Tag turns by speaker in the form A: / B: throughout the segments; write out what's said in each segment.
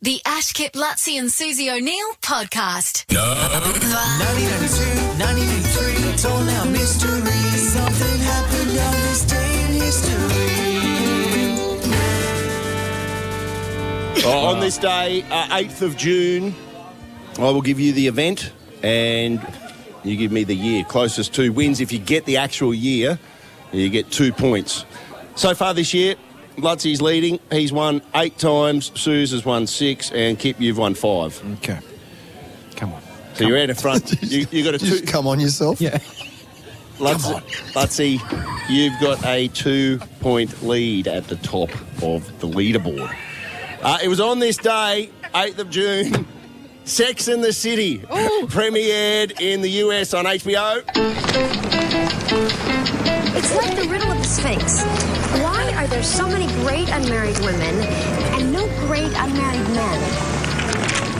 A: The Ash Kip Lutzi and Susie O'Neill podcast.
B: 1992, 1983, it's all now mystery. Something happened on this day in history.
C: Uh, on this day, uh, 8th of June, I will give you the event and you give me the year. Closest two wins. If you get the actual year, you get two points. So far this year, Lutzi's leading. He's won eight times, Suze has won six, and Kip, you've won five.
D: Okay. Come on.
C: So you're out in front. you, you got a two.
B: Just come on yourself.
D: Yeah.
C: Lutzi, Lutzi, you've got a two point lead at the top of the leaderboard. Uh, it was on this day, 8th of June, Sex in the City premiered in the US on HBO.
E: It's like the riddle of the Sphinx. Why are there so many great unmarried women and no great unmarried men?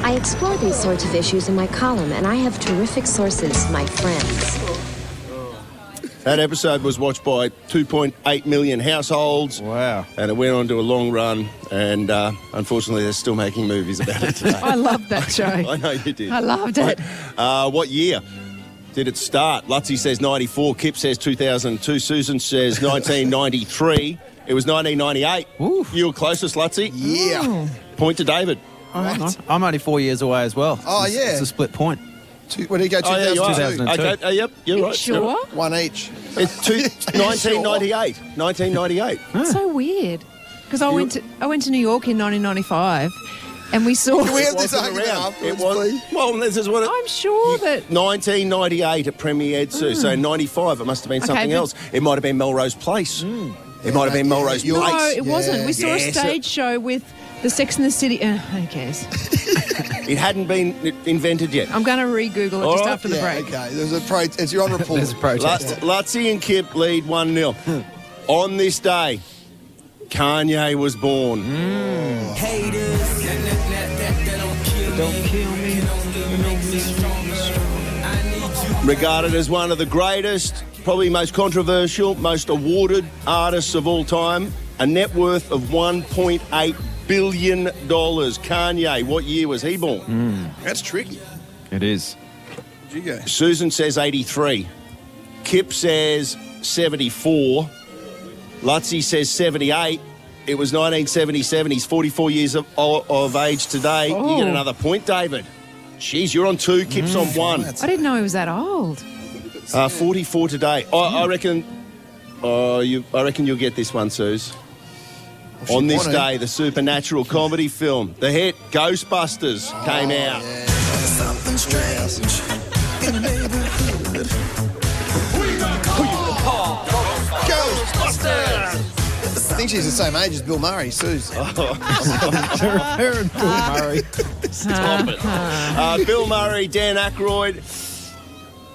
E: I explore these sorts of issues in my column, and I have terrific sources, my friends.
C: That episode was watched by 2.8 million households.
D: Wow.
C: And it went on to a long run, and uh, unfortunately, they're still making movies about it today.
F: I loved that
C: I
F: show.
C: know you did.
F: I loved it.
C: Uh, what year did it start? Lutzi says 94, Kip says 2002, Susan says 1993. it was 1998.
D: Oof.
C: You were closest, Lutzi.
B: Yeah.
C: Point to David.
D: Oh, hang on. I'm only four years away as well.
B: Oh,
D: It's-
B: yeah.
D: It's a split point.
B: Two, what did he go?
C: Oh, yeah, you are.
B: 2002?
D: 2002.
C: Okay, uh, yep, you're right.
F: Sure.
B: One each.
C: It's two, 1998. 1998.
F: That's so weird. Because I went to I went to New York in 1995, and we saw.
B: we have
C: It
B: this
C: wasn't
B: argument afterwards, please?
C: Well, this is what it,
F: I'm sure that Mm.
C: 1998 it premiered too. So 95, it must have been
F: Okay,
C: something
F: but-
C: else. It might have been Melrose Place. It might have been
B: Mm. Yeah,
C: Melrose
B: you're-
C: Place.
F: no,
B: lights.
F: it wasn't. We saw
C: Yes, it-
F: a stage show with the Sex and the City. Uh, who cares?
C: It hadn't been invented yet.
F: I'm going to re-Google it
C: All
F: just
C: right.
F: after the
B: yeah,
F: break.
B: okay. There's a pro- it's your report.
D: There's a protest.
C: Lut- Lutzi and Kip lead 1 0. On this day, Kanye was born. Regarded as one of the greatest, probably most controversial, most awarded artists of all time, a net worth of $1.8 billion. Kanye, what year was he born?
B: That's tricky.
D: It is.
B: Did you go?
C: Susan says 83. Kip says 74. Lutzi says 78. It was 1977. He's 44 years of, of, of age today. You get
F: Oh.
C: another point, David. Jeez, you're on two. Kip's on one.
B: that's-
F: I didn't know he was that old.
C: Uh, 44 today. I, I reckon. Oh, you, I reckon you'll get this one, Suze.
B: If
C: On
B: you
C: this
B: want to.
C: day, the supernatural comedy film, the hit Ghostbusters, came out.
B: Something strange in the neighborhood. Ghostbusters! I think she's the same age as Bill Murray, Suze. Ah.
D: Murray.
C: Stop it. Uh, Bill Murray, Dan Aykroyd. Uh,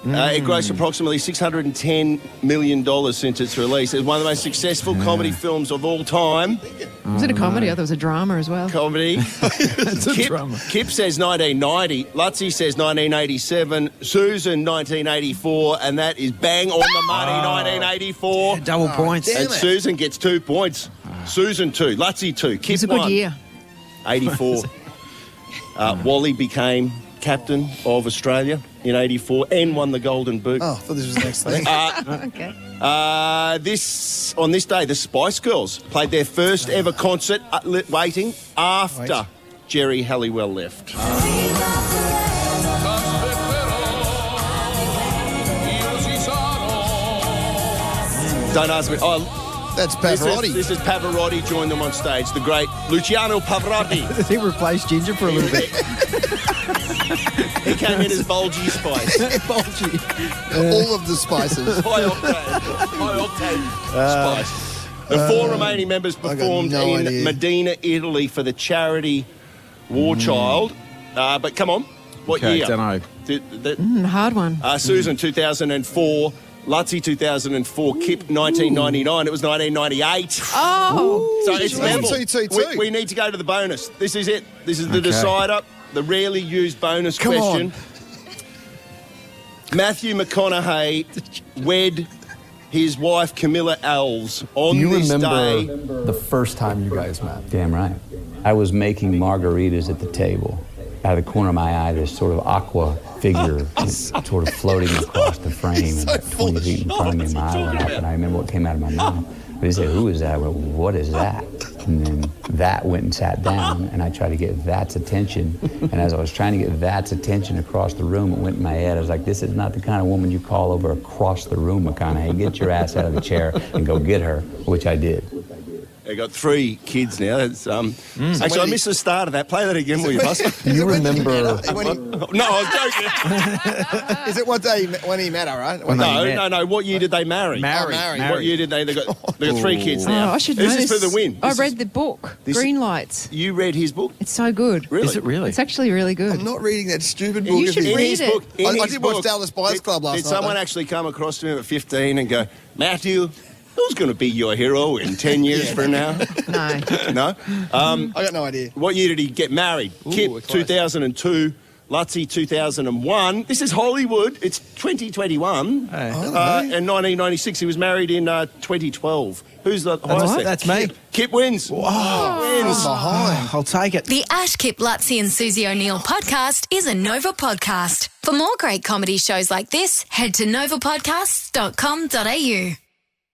F: Hmm.
C: it grossed approximately $610 million since its release. It's one of the most successful comedy films of all time.
F: Was it a comedy? I thought it was a drama as well.
C: Oh, Comedy.
D: It's a
C: Kip,
D: drama.
C: Kip says 1990. Lutzi says 1987. Susan, 1984. And that is bang on the money,
F: Ah.
C: 1984.
D: Double points.
B: Oh, damn
C: And
B: it.
C: Susan gets two points. Susan, two. Lutzi, two. Kip,
F: It was a good
C: one.
F: year.
C: 84. Uh,
B: Hmm.
C: Wally became captain of Australia in 84 and won the Golden Boot.
B: Oh, I thought this was the next thing.
F: Okay.
C: Uh, this on this day, the Spice Girls played their first ever concert uh, li- waiting after
B: Wait.
C: Jerry Halliwell left.
B: Hmm.
C: Don't ask me. Oh,
B: That's
C: this is,
B: Pavarotti.
C: this is Pavarotti joined them on stage. The great Luciano Pavarotti.
D: He replaced Ginger for a little bit.
C: he came in as Bulgy Spice.
D: Bulgy.
B: All of the spices.
C: high octane, high octane spice. The four remaining members
B: got
C: performed
B: no
C: in
B: idea.
C: Medina, Italy for the charity War Child. Uh, but come on, what
D: Okay,
C: year?
D: dunno.
C: Th- th-
F: Mm, hard one.
C: uh, Susan, 2004. Lutzi, 2004. Kip, 1999. It was 1998.
F: oh,
C: so it's
B: Two,
C: level.
B: two, two, two.
C: We, we need to go to the bonus. This is it. This is the
D: Okay.
C: decider, the rarely used bonus
D: Come
C: question. Matthew McConaughey wed his wife Camilla Alves on
G: you
C: this
G: remember
C: day.
G: the first time you guys met?
H: Damn right. I was making margaritas at the table. Out of the corner of my eye, this sort of aqua figure is sort of floating across the frame and about 20 feet in front of me. My eye went up, and I remember what came out of my mouth. They said, Who is that? I went, What is that? And then that went and sat down, and I tried to get that's attention. And as I was trying to get that's attention across the room, it went in my head. I was like, This is not the kind of woman you call over across the room, McConaughey. Get your ass out of the chair and go get her, which I did.
C: They got three kids now. That's um. Actually, I missed the start of that. Play that again, will you, Buster?
G: Do you remember?
I: When he,
C: no, I was joking.
I: is it what day when he met her, right? When
C: No,
I: they
C: no, no. What year did they
B: Oh,
C: marry?
I: Married.
C: What year did they? They got, they got three kids now.
F: Oh, I should know
C: this
F: this.
C: is for the win.
F: I
C: This is-
F: read the book,
C: this is-
F: Green Lights.
C: you read his book.
F: It's so good.
C: Really?
D: Is it really?
F: It's actually really good.
I: I'm not reading that stupid
F: You
I: book. of
F: should
I: his.
C: In
F: read
C: his
F: it.
C: book, in
I: I- I
C: his
I: did watch
C: book,
I: Dallas Buyers
C: did-
I: Club last
C: Did
I: night,
C: someone
I: though.
C: actually come across to him at 15 and go, Matthew, who's going to be your hero in 10 years from now?
F: no.
C: no. Um,
I: I got no idea.
C: what year did he get married? Kip,
I: close.
C: 2002. Lutzi, 2001. This is Hollywood. It's 2021. Uh, and 1996. He was married in uh, 2012. Who's the highest?
D: right,
C: there?
D: that's me.
C: Kip, Kip wins. Wins.
I: Behind.
D: I'll take it.
A: The Ash Kip Lutzi and Susie O'Neill podcast is a Nova podcast. For more great comedy shows like this, head to novapodcasts.com.au.